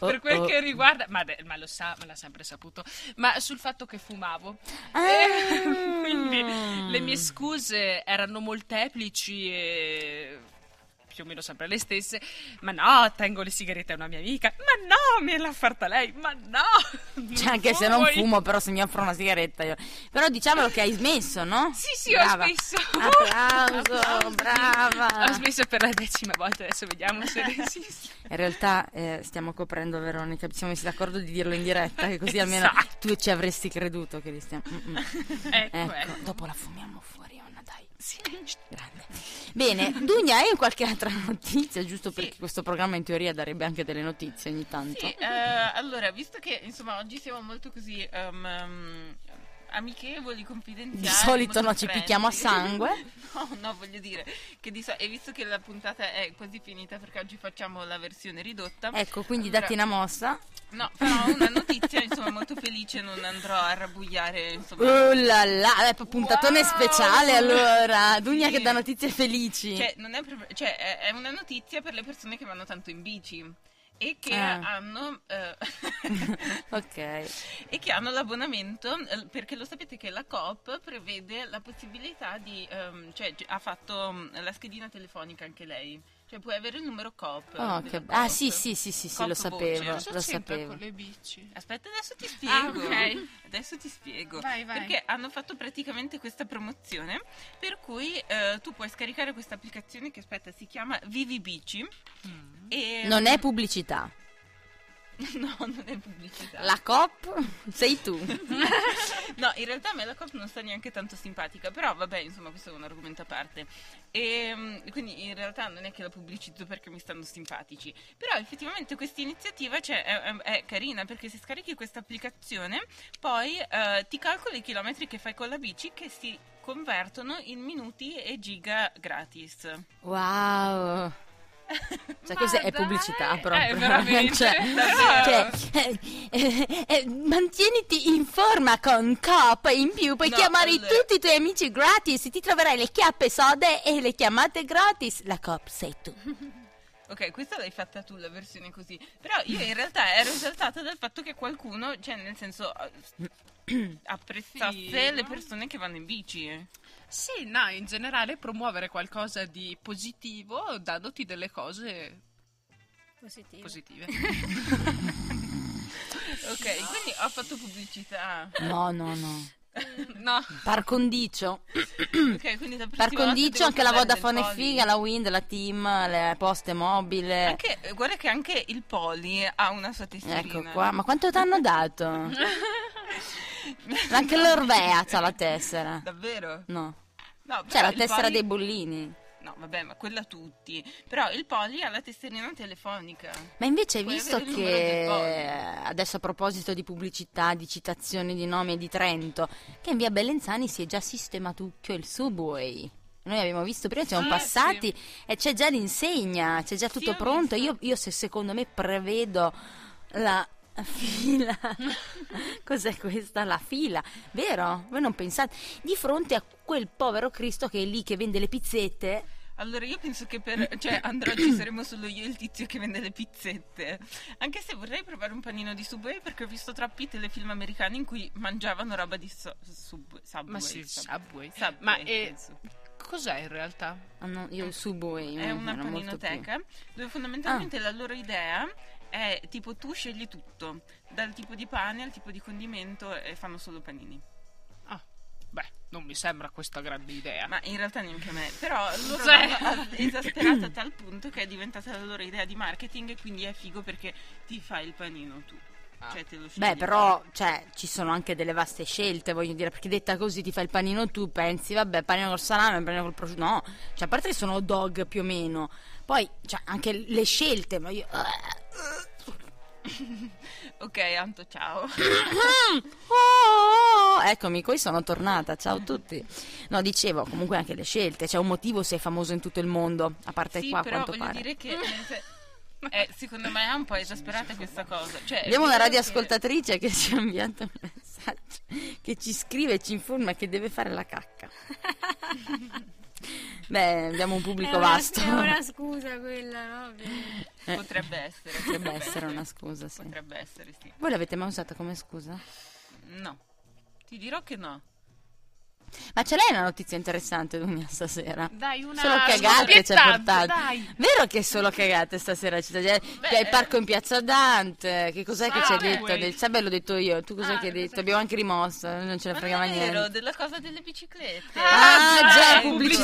Oh, per quel oh. che riguarda, ma, de- ma lo sa, ma l'ha sempre saputo, ma sul fatto che fumavo. Ah. Eh, quindi le mie Mm. scuse erano molteplici e più o meno sempre le stesse. Ma no, tengo le sigarette a una mia amica. Ma no, me l'ha fatta lei. Ma no. Cioè, anche se non puoi. fumo, però se mi offro una sigaretta io. Però diciamolo che hai smesso, no? Sì, sì, Brava. ho smesso. Applauso, brava. Ho smesso per la decima volta, adesso vediamo [LAUGHS] se resiste. In realtà eh, stiamo coprendo Veronica, ci siamo messi d'accordo di dirlo in diretta, che così almeno Esatto. tu ci avresti creduto, Cristian. Mm-mm. Eh, Ecco, mm, Ecco, ecco. dopo la fumiamo fuori, Anna, dai. Sì. Grande. Bene, Dugna, hai qualche altra notizia, giusto perché questo programma in teoria darebbe anche delle notizie ogni tanto. sì, eh, allora, visto che insomma oggi siamo molto così ehm, ehm, amichevoli, confidenziali. Di solito molto no, ci friendly. picchiamo a sangue. [LAUGHS] no, no, voglio dire che di so- e visto che la puntata è quasi finita perché oggi facciamo la versione ridotta. Ecco, quindi Allora, datti una mossa. No, però una notizia insomma molto felice, non andrò a rabbuiare insomma. Oh là là, eh, puntatone Wow! speciale allora. Dugna Sì. che dà notizie felici. Cioè, non è proprio- cioè, è, è una notizia per le persone che vanno tanto in bici e che Ah. hanno eh, [LAUGHS] [LAUGHS] ok. e che hanno l'abbonamento eh, perché lo sapete che la Coop prevede la possibilità di ehm, cioè gi- ha fatto mm, la schedina telefonica anche lei. Cioè puoi avere il numero Coop. eh, Oh, della che be- Coop. ah, sì, sì, sì, sì, sì, lo Coop sapevo, Voce. lo Cioè, c'entra sapevo. con le bici? Aspetta, adesso ti spiego. Ah, ok. [LAUGHS] Adesso ti spiego. Vai, vai. Perché hanno fatto praticamente questa promozione per cui eh, tu puoi scaricare questa applicazione che aspetta si chiama Vivi Bici. E... Mm. Non è pubblicità. [LAUGHS] No, non è pubblicità. La COP [LAUGHS] sei [LAUGHS] tu. No, in realtà a me la COP non sta neanche tanto simpatica, però vabbè, insomma, questo è un argomento a parte. E, mm, quindi in realtà non è che la pubblicizzo perché mi stanno simpatici, però effettivamente questa iniziativa cioè, è, è- è carina perché se scarichi questa applicazione poi eh, ti calcoli i chilometri che fai con la bici che si convertono in minuti e giga gratis. Wow. Cioè, Ma questa è dai, pubblicità eh, proprio. [LAUGHS] veramente, Cioè, davvero. cioè, eh, eh, eh, mantieniti in forma con COP in più, puoi No, chiamare allora- tutti i tuoi amici gratis, ti troverai le chiappe sode e le chiamate gratis. La COP sei tu. Ok, questa l'hai fatta tu la versione così. Però io in realtà ero esaltata dal fatto che qualcuno, cioè nel senso, eh, [CLEARS THROAT] apprezzasse Sì, le no? persone che vanno in bici. Sì, no, in generale promuovere qualcosa di positivo dandoti delle cose Positivo. Eh, positive. [LAUGHS] Ok, quindi ho fatto pubblicità. No, no, no. [CLEARS THROAT] No, Par condicio. Ok, quindi la Par prossima volta condicio devo anche la parlare del Vodafone è poli. figa, la Wind, la Team, le poste mobile. Anche, guarda che anche il poli ha una sua tesserina. Ecco [LAUGHS] qua, ma quanto ti hanno dato? Anche l'Orvea c'ha la tessera. Davvero? No, No, c'è però la il tessera poli- dei bollini. No, vabbè, ma quella tutti. Però il poli ha la tesserina telefonica. Ma invece hai Puoi visto avere il numero del che poli. adesso a proposito di pubblicità, di citazioni di nomi e di Trento, che in via Bellenzani si è già sistematucchio il subway. Noi abbiamo visto prima, siamo Ah, passati e c'è già l'insegna, c'è già tutto Eh, ho pronto. visto. Io, io se secondo me prevedo la [LAUGHS] fila. Cos'è questa? La fila, vero? Voi non pensate di fronte a quel povero Cristo che è lì che vende le pizzette. Allora io penso che per cioè andrò ci saremo solo io e il tizio che vende le pizzette. Anche se vorrei provare un panino di Subway perché ho visto troppi telefilm americani in cui mangiavano roba di so- sub- Subway. ma sì, sub- Subway. Subway, Ma eh, penso. cos'è in realtà? Ah, no, io il subway è Mm, eh, una era molto più. paninoteca dove Ah. fondamentalmente la loro idea è tipo tu scegli tutto, dal tipo di pane al tipo di condimento e fanno solo panini. Ah, beh, non mi sembra questa grande idea. Ma in realtà neanche a me, però loro Cioè. l'hanno esasperata a tal punto che è diventata la loro idea di marketing e quindi è figo perché ti fai il panino tu. Cioè te lo scegli. Beh, però, cioè, ci sono anche delle vaste scelte, voglio dire, perché detta così ti fai il panino tu, pensi, vabbè, panino col salame, panino col prosciutto, no, cioè, a parte che sono dog più o meno, poi, cioè, anche le scelte, ma io... "Ah, [LAUGHS] Ok, Anto, ciao. Oh, eccomi, qui sono tornata, ciao a tutti. No, dicevo, comunque anche le scelte, c'è un motivo se è famoso in tutto il mondo, a parte sì, qua, a però quanto voglio pare. dire che nel se- eh, secondo me è un po' esasperata questa cosa. Cioè, Abbiamo è una vero radioascoltatrice che ci ha inviato un messaggio che ci scrive e ci informa che deve fare la cacca. Beh, abbiamo un pubblico È una- vasto. È una scusa quella, no? Ovviamente. che Potrebbe [LAUGHS] essere. eh, Potrebbe essere una scusa, sì. Potrebbe essere, sì. Voi l'avete mai usata come scusa? No. Ti dirò che no. Ma ce l'hai una notizia interessante, Dunia, stasera? Dai, una Solo cagate ci ha scoppiettaggio, portato. Dai. Vero che solo cagate stasera ci cioè, C'è il parco in piazza Dante. Che cos'è che Ah, ci hai beh, detto? quei- Del, sai, beh, l'ho detto io. Tu cos'è Ah, che hai cosa- detto? Abbiamo anche rimosso. Non ce ne Ma fregava non è vero, niente. della cosa delle biciclette. Ah, Ah, già, già, pubblicità,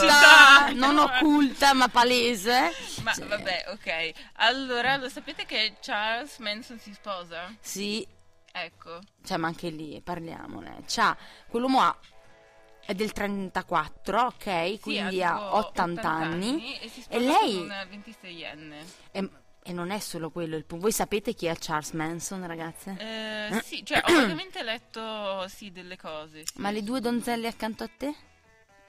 pubblicità. non Cioè. occulta ma palese. Ma vabbè, ok. Allora, lo sapete che Charles Manson si sposa? Sì, Ecco. cioè, ma anche lì parliamone. C'ha, quell'uomo ha, è del 34, ok? Quindi Sì, tipo ha 80, anni. e, si E sposa lei. con una 26enne. E, e non è solo quello il punto. Voi sapete chi è Charles Manson, ragazze? Mm. Eh, sì, cioè ho ovviamente letto sì delle cose. sì. Ma le due donzelle accanto a te?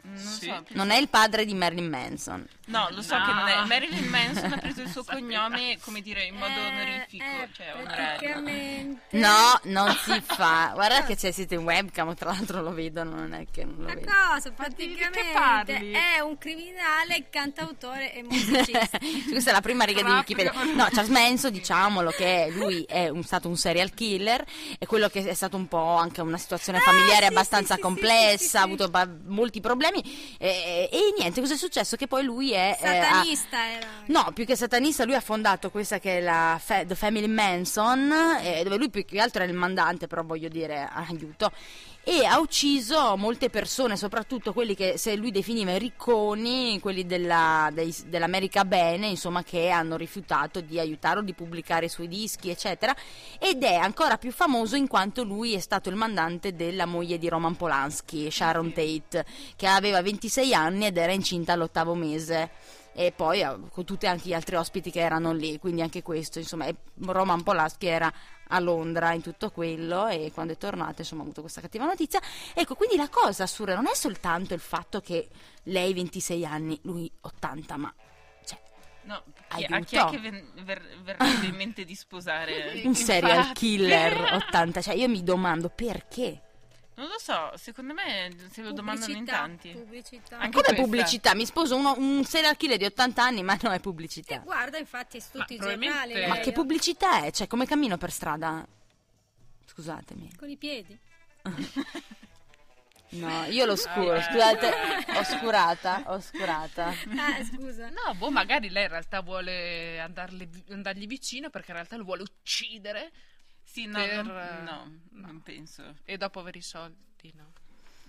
Non Sì. so. Non è il padre di Marilyn Manson. No, lo so che non è. Marilyn Manson ha preso [LAUGHS] il suo Sapeva. cognome, come dire, in modo Ah. Eh, onorifico, eh, cioè onorario. praticamente. Eh. No, non [LAUGHS] si fa. Guarda che c'è, siete in webcam, tra l'altro lo vedono, non è che non lo Eh, La vedo. cosa di che praticamente parli? è un criminale, cantautore [LAUGHS] e musicista. Questa è la prima riga di Wikipedia. No, Charles Manson, diciamolo che lui è un- stato un serial killer e quello che è stato un po' anche una situazione Ah, familiare sì, abbastanza sì, sì, complessa, sì, sì, sì, ha sì. avuto ba- molti problemi e, e niente, cosa è successo? Che poi lui è eh, ha- Satanista era. No, più che satanista, lui ha fondato questa che è la fa- The Family Manson, eh, dove lui più che altro era il mandante, però voglio dire, [LAUGHS] aiuto. E ha ucciso molte persone, soprattutto quelli che se lui definiva i ricconi, quelli della- dei- dell'America Bene, insomma, che hanno rifiutato di aiutarlo, di pubblicare i suoi dischi, eccetera. Ed è ancora più famoso in quanto lui è stato il mandante della moglie di Roman Polanski, Sharon Tate, che aveva 26 anni ed era incinta all'ottavo mese e poi eh, con tutti anche gli altri ospiti che erano lì, quindi anche questo, insomma, e Roman Polanski era a Londra in tutto quello e quando è tornato, insomma, ha avuto questa cattiva notizia. Ecco, quindi la cosa assurda non è soltanto il fatto che lei 26 anni, lui 80, ma cioè, No, chi, Aiuto. a chi è che ven- ver- verrebbe in mente di [LAUGHS] sposare? un serial Infatti. killer 80, cioè io mi domando perché? Non lo so, secondo me se lo domandano in Pubblicità, tanti. Pubblicità. Anche Come questa. pubblicità? Mi sposo uno- un serial killer di 80 anni, ma no, è E pubblicità. guarda, infatti, è su tutti i probabilmente- giornali. Ma Ma lei, che oh. pubblicità è? Cioè, come cammino per strada? Scusatemi. Con i piedi. No, io lo scuro, scusate, oscurata, oscurata. Ah, scusa. No, boh, magari lei in realtà vuole andarle vi- andargli vicino perché in realtà lo vuole uccidere Sì, no, Per- eh, non, no, non penso. e dopo avere i soldi, no?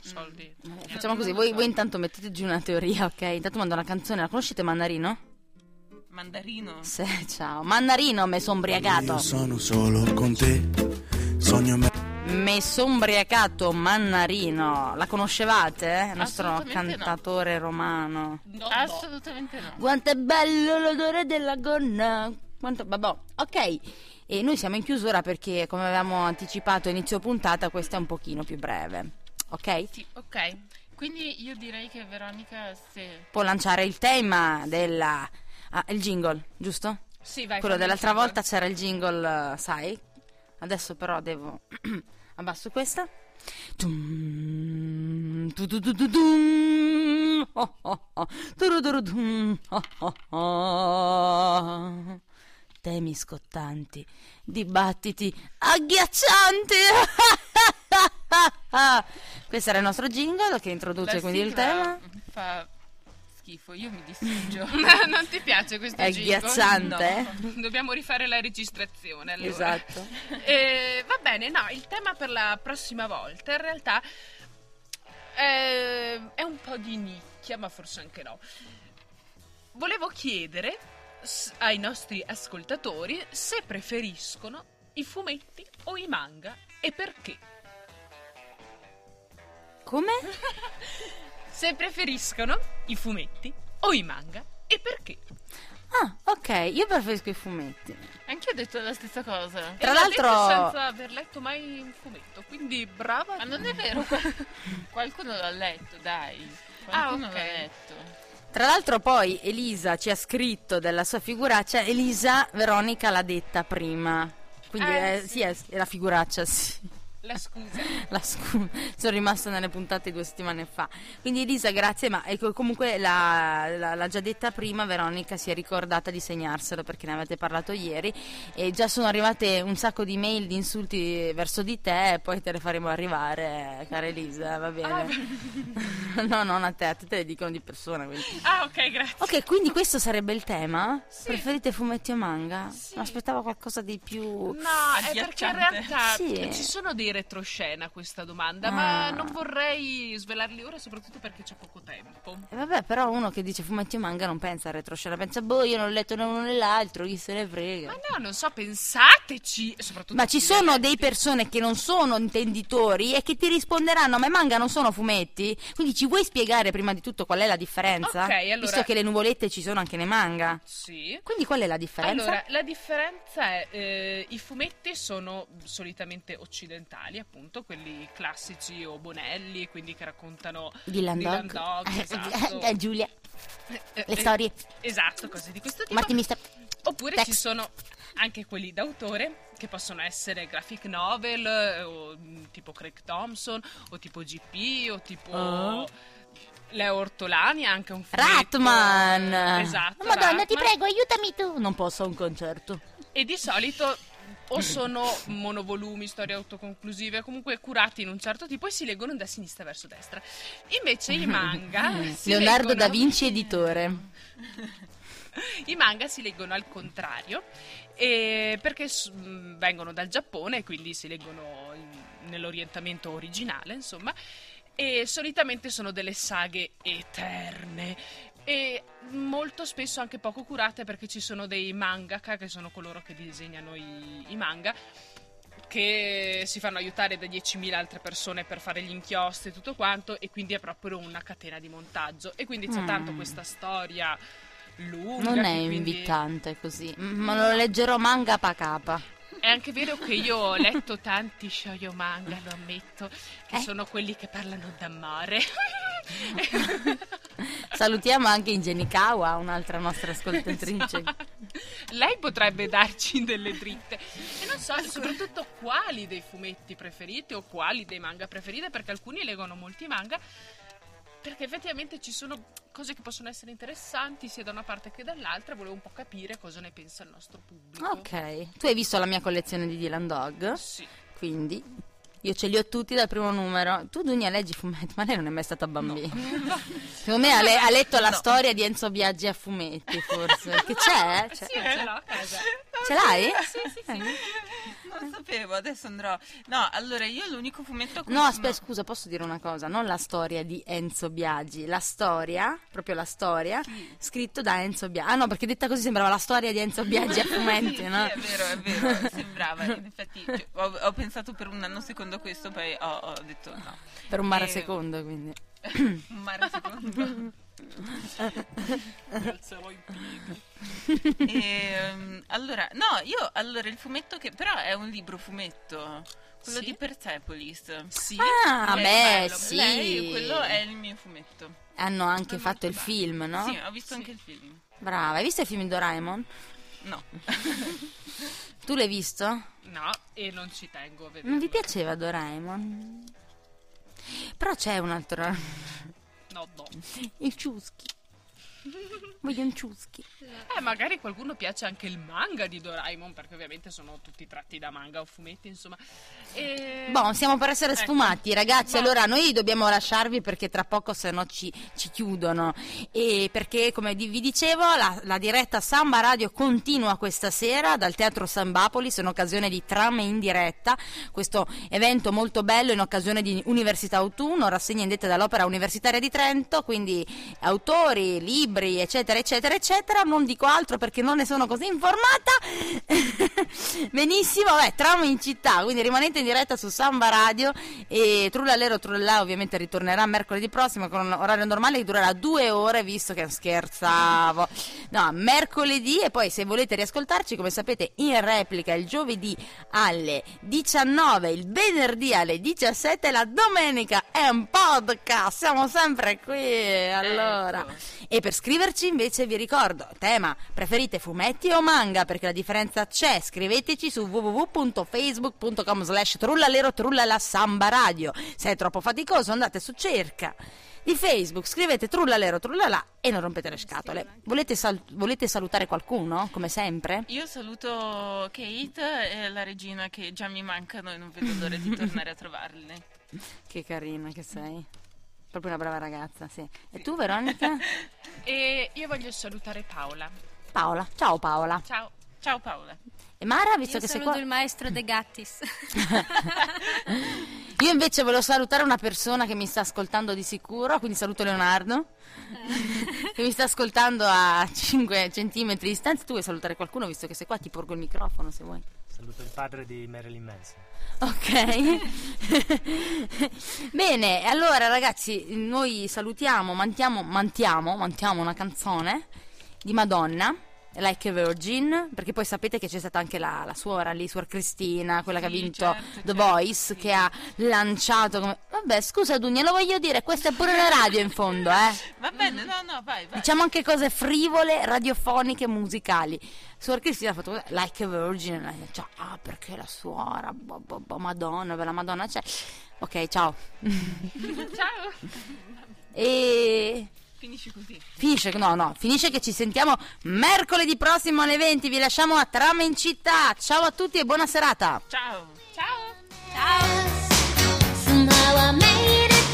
Soldi. Vabbè, Mm. Eh, Facciamo così, voi, voi intanto mettete giù una teoria, ok? Intanto mando una canzone, la conoscete Mandarino? Mandarino? Sì, ciao. Mandarino, me sono Io ubriacato. sono solo con te. Sogno me. Me sono ubriacato, Mannarino. La conoscevate? eh? Il nostro Assolutamente no. cantatore romano. Assolutamente no. Quanto è bello l'odore della gonna. Quanto, vabbè, ok. E noi siamo in chiusura perché, come avevamo anticipato a inizio puntata, questa è un pochino più breve. Ok? Sì, ok. Quindi io direi che Veronica se... Può lanciare il tema della. ah, il jingle, giusto? Sì, vai. Quello Eh, fammi dell'altra finire. volta c'era il jingle, eh, sai? Adesso però devo. [CLEARS THROAT] Abbasso questa. Tum, tu tu tu tu tum, oh oh oh, turu turu tum, oh oh oh. Temi scottanti, dibattiti agghiaccianti. [LAUGHS] Questo era il nostro jingle che introduce La quindi il sigla tema. Fa schifo, io mi [LAUGHS] distruggo. [LAUGHS] non ti piace questo È jingle? agghiacciante. No. Dobbiamo rifare la registrazione allora. Esatto. [LAUGHS] Eh, va bene, no, il tema per la prossima volta in realtà eh, è un po' di nicchia, ma forse anche no. Volevo chiedere s- ai nostri ascoltatori se preferiscono i fumetti o i manga e perché. Come? [LAUGHS] Se preferiscono i fumetti o i manga e perché. Ah, ok, io preferisco i fumetti. Anche io ho detto la stessa cosa. Tra E l'ha detto l'altro- senza aver letto mai un fumetto, quindi brava. Ma non è [LAUGHS] vero. Qualcuno l'ha letto, dai. Ah, Qualcuno ok. l'ha letto. Tra l'altro poi Elisa ci ha scritto della sua figuraccia, Elisa Veronica l'ha detta prima. Quindi Eh, eh, sì, è, è la figuraccia, sì. La [LAUGHS] scusa. La scu- sono rimasta nelle puntate due settimane fa. Quindi Elisa, grazie, ma ecco, comunque la- la- l'ha già detta prima, Veronica si è ricordata di segnarselo perché ne avete parlato ieri e già sono arrivate un sacco di mail di insulti verso di te e poi te le faremo arrivare, eh, cara Elisa, va Ah, bene. no, non a te, a te te le dicono di persona, quindi. Ah, ok, grazie. Ok, quindi questo sarebbe il tema? Preferite fumetti o manga? Mi aspettavo qualcosa di più. No, è perché in Agghiacciante. realtà Sì. ci sono dei retroscena a questa domanda, Ah. ma non vorrei svelarli ora, soprattutto perché c'è poco tempo. E vabbè, però uno che dice fumetti o manga non pensa a retroscena, pensa, boh, io non ho letto né uno né l'altro, chi se ne frega. Ma no, non so, pensateci, e soprattutto Ma ci chi sono le- dei persone che non sono intenditori e che ti risponderanno, ma i manga non sono fumetti? Quindi ci vuoi spiegare prima di tutto qual è la differenza? Ok, allora- Visto che le nuvolette ci sono anche nei manga. Sì. Quindi qual è la differenza? Allora, la differenza è eh, i fumetti sono solitamente occidentali, appunto, quelli classici o Bonelli, quindi che raccontano Dylan Dylan Dog. Dog, esatto. [LAUGHS] Eh, Giulia, eh, le eh, storie. Esatto, cose di questo tipo. Mattimista. Oppure Text. ci sono anche quelli d'autore che possono essere graphic novel eh, o, mm, tipo Craig Thompson o tipo GP o tipo Ah. Leo Ortolani ha anche un fumetto Ratman! Esatto. Madonna, ti Ratman. prego, aiutami tu! Non posso a un concerto. E di solito o sono monovolumi, storie autoconclusive, comunque curati in un certo tipo e si leggono da sinistra verso destra. Invece [LAUGHS] i manga si Mm. Leonardo leggono- da Vinci, editore. I manga si leggono al contrario e perché s- mh, vengono dal Giappone, quindi si leggono in- nell'orientamento originale, insomma, e solitamente sono delle saghe eterne e molto spesso anche poco curate perché ci sono dei mangaka che sono coloro che disegnano i, i manga che si fanno aiutare da 10.000 altre persone per fare gli inchiostri e tutto quanto e quindi è proprio una catena di montaggio e quindi c'è Mm. tanto questa storia Non lunga che è quindi- invitante così. Mm, Ma lo leggerò manga pa capa. è anche vero che io ho letto tanti shoujo manga lo ammetto che Eh? sono quelli che parlano d'amore [LAUGHS] Salutiamo anche Ingenikawa, un'altra nostra ascoltatrice. Esatto. Lei potrebbe darci delle dritte. E non so soprattutto quali dei fumetti preferiti o quali dei manga preferiti, perché alcuni leggono molti manga. Perché effettivamente ci sono cose che possono essere interessanti sia da una parte che dall'altra. Volevo un po' capire cosa ne pensa il nostro pubblico. Ok, tu hai visto la mia collezione di Dylan Dog? Sì. Quindi Io ce li ho tutti dal primo numero. Tu, Dunia, leggi fumetti, ma lei non è mai stata bambina. Secondo me ha, le- ha letto la storia di Enzo Biaggi a fumetti, forse. Che c'è? C'è- Sì, io ce l'ho a casa. Cioè, [LAUGHS] ce l'hai? Eh. Sì, sì, sì. Non sapevo, adesso andrò. No, allora io l'unico fumetto a cui No, sono- aspetta, scusa, posso dire una cosa? Non la storia di Enzo Biagi, la storia, proprio la storia, scritto da Enzo Biagi. Ah no, perché detta così sembrava la storia di Enzo Biagi a [LAUGHS] Sì, fumetti, sì, no? è vero, è vero, sembrava. In effetti cioè, ho, ho pensato per un anno secondo a questo, poi ho, ho detto no. Per un mare Eh, secondo, quindi. Un mare [LAUGHS] secondo. Ehm, allora, no, io allora il fumetto che però è un libro fumetto, quello Sì? di Persepolis. Sì. Ah, Lei, beh, bello, sì. lei, quello è il mio fumetto. Hanno anche È fatto molto il bello. film, no? Sì, ho visto anche il film. Brava, hai visto il film di Doraemon? No. Tu l'hai visto? No, e non ci tengo a vederlo. Non vi piaceva Doraemon? Però c'è un altro. [LAUGHS] No, no. Il ciuschi. Voglio un ciuschi. Eh, magari qualcuno piace anche il manga di Doraemon, perché ovviamente sono tutti tratti da manga o fumetti, insomma. E... Boh, stiamo per essere Ecco. sfumati, ragazzi. Boh. Allora, noi dobbiamo lasciarvi perché tra poco, se no, ci, ci chiudono. E perché, come di- vi dicevo, la, la diretta Samba Radio continua questa sera dal Teatro Sambapolis in occasione di Trame in diretta. Questo evento molto bello in occasione di Università Autunno, rassegna indetta dall'Opera Universitaria di Trento. Quindi, autori, libri, eccetera, eccetera, eccetera. Non dico altro perché non ne sono così informata. [LAUGHS] Benissimo, beh, tramo in città, quindi rimanete in diretta su Samba Radio e Trullallero Trullà ovviamente ritornerà mercoledì prossimo con un orario normale che durerà due ore, visto che scherzavo. No, mercoledì e poi se volete riascoltarci, come sapete, in replica il giovedì alle 19, il venerdì alle 17 e la domenica è un podcast, siamo sempre qui. Allora, Ecco, e per scriverci invece vi ricordo, tema, preferite fumetti o manga? Perché la differenza c'è, scriveteci su www.facebook.com slash trullalero trullala samba radio. Se è troppo faticoso andate su cerca di Facebook, scrivete trullalero trullala e non rompete le scatole. Volete, sal- volete salutare qualcuno, come sempre? Io saluto Kate e la regina che già mi mancano e non vedo l'ora [LAUGHS] di tornare a trovarle. Che carina che sei. Proprio una brava ragazza, sì. E tu Veronica? E io voglio salutare Paola. [LAUGHS] Paola. Ciao Paola. Ciao. Ciao Paola. E Mara, visto Io che sei saluto qua... il maestro [LAUGHS] De Gattis. [LAUGHS] Io invece volevo salutare una persona che mi sta ascoltando di sicuro, quindi saluto Leonardo, [LAUGHS] che mi sta ascoltando a 5 cm di distanza. Tu vuoi salutare qualcuno, visto che sei qua, ti porgo il microfono se vuoi. Saluto il padre di Marilyn Manson. Ok. [LAUGHS] Bene, allora ragazzi, noi salutiamo, mantiamo, mantiamo, mantiamo una canzone di Madonna. Like a Virgin, perché poi sapete che c'è stata anche la, la suora lì, suor Cristina, quella che ha Sì, vinto certo, The certo, Voice, sì. che ha lanciato come... Vabbè, scusa Dunia, lo voglio dire, questa è pure una radio in fondo, eh. Va bene, no, no, vai, vai. [LAUGHS] Diciamo anche cose frivole, radiofoniche, musicali. Suor Cristina ha fatto così, like a virgin, eh, cioè, ah perché la suora, boh, boh, boh, madonna, beh, la madonna c'è. Ok, ciao. [LAUGHS] Ciao. E Finisci così. finisce, no, no, finisce che ci sentiamo mercoledì prossimo alle 20, vi lasciamo a Trama in città. Ciao a tutti e buona serata. Ciao. Ciao. Ciao!